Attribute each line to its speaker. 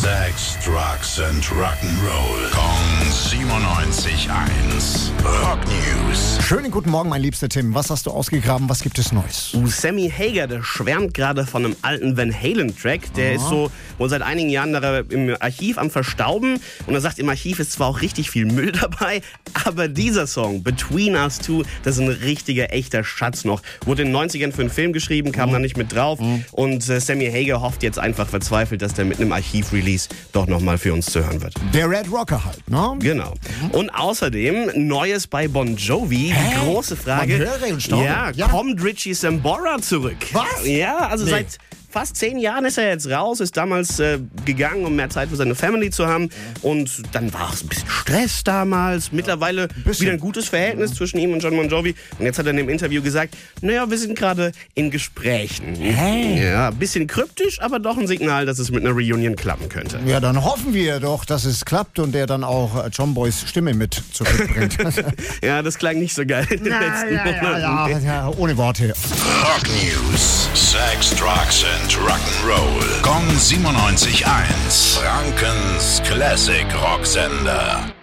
Speaker 1: Sex, Drugs and Rock'n'Roll. Kong 97.1. Rock News.
Speaker 2: Schönen guten Morgen, mein liebster Tim. Was hast du ausgegraben? Was gibt es Neues?
Speaker 3: Du, Sammy Hager, der schwärmt gerade von einem alten Van Halen-Track. Der ist so wohl seit einigen Jahren da im Archiv am Verstauben. Und er sagt, im Archiv ist zwar auch richtig viel Müll dabei, aber dieser Song, Between Us Two, das ist ein richtiger, echter Schatz noch. Wurde in den 90ern für einen Film geschrieben, kam da nicht mit drauf. Und äh, Sammy Hager hofft jetzt einfach verzweifelt, dass der mit einem Archiv-Release doch nochmal für uns zu hören wird.
Speaker 2: Der Red Rocker halt, ne?
Speaker 3: Genau. Und außerdem Neues bei Bon Jovi. Die große Frage.
Speaker 2: Man höre und staune.
Speaker 3: Ja,
Speaker 2: Ja.
Speaker 3: kommt Richie Sambora zurück?
Speaker 2: Was?
Speaker 3: Ja, also
Speaker 2: Nee.
Speaker 3: seit fast zehn Jahren ist er jetzt raus, ist damals äh, gegangen, um mehr Zeit für seine Family zu haben. Und dann war auch ein bisschen Stress damals. Mittlerweile
Speaker 2: bisschen.
Speaker 3: wieder ein gutes Verhältnis zwischen ihm und John Bon Jovi. Und jetzt hat er in dem Interview gesagt, naja, wir sind gerade in Gesprächen. Ja, ein bisschen kryptisch, aber doch ein Signal, dass es mit einer Reunion klappen könnte.
Speaker 2: Ja, dann hoffen wir doch, dass es klappt und er dann auch äh, John Boys Stimme mit zurückbringt.
Speaker 3: Ja, das klang nicht so geil in den letzten Monaten.
Speaker 2: ja, ja, ohne Worte.
Speaker 1: Rock News. Sex, Drugs and Rock'n'Roll. Kong 97.1. Frankens Classic Rocksender.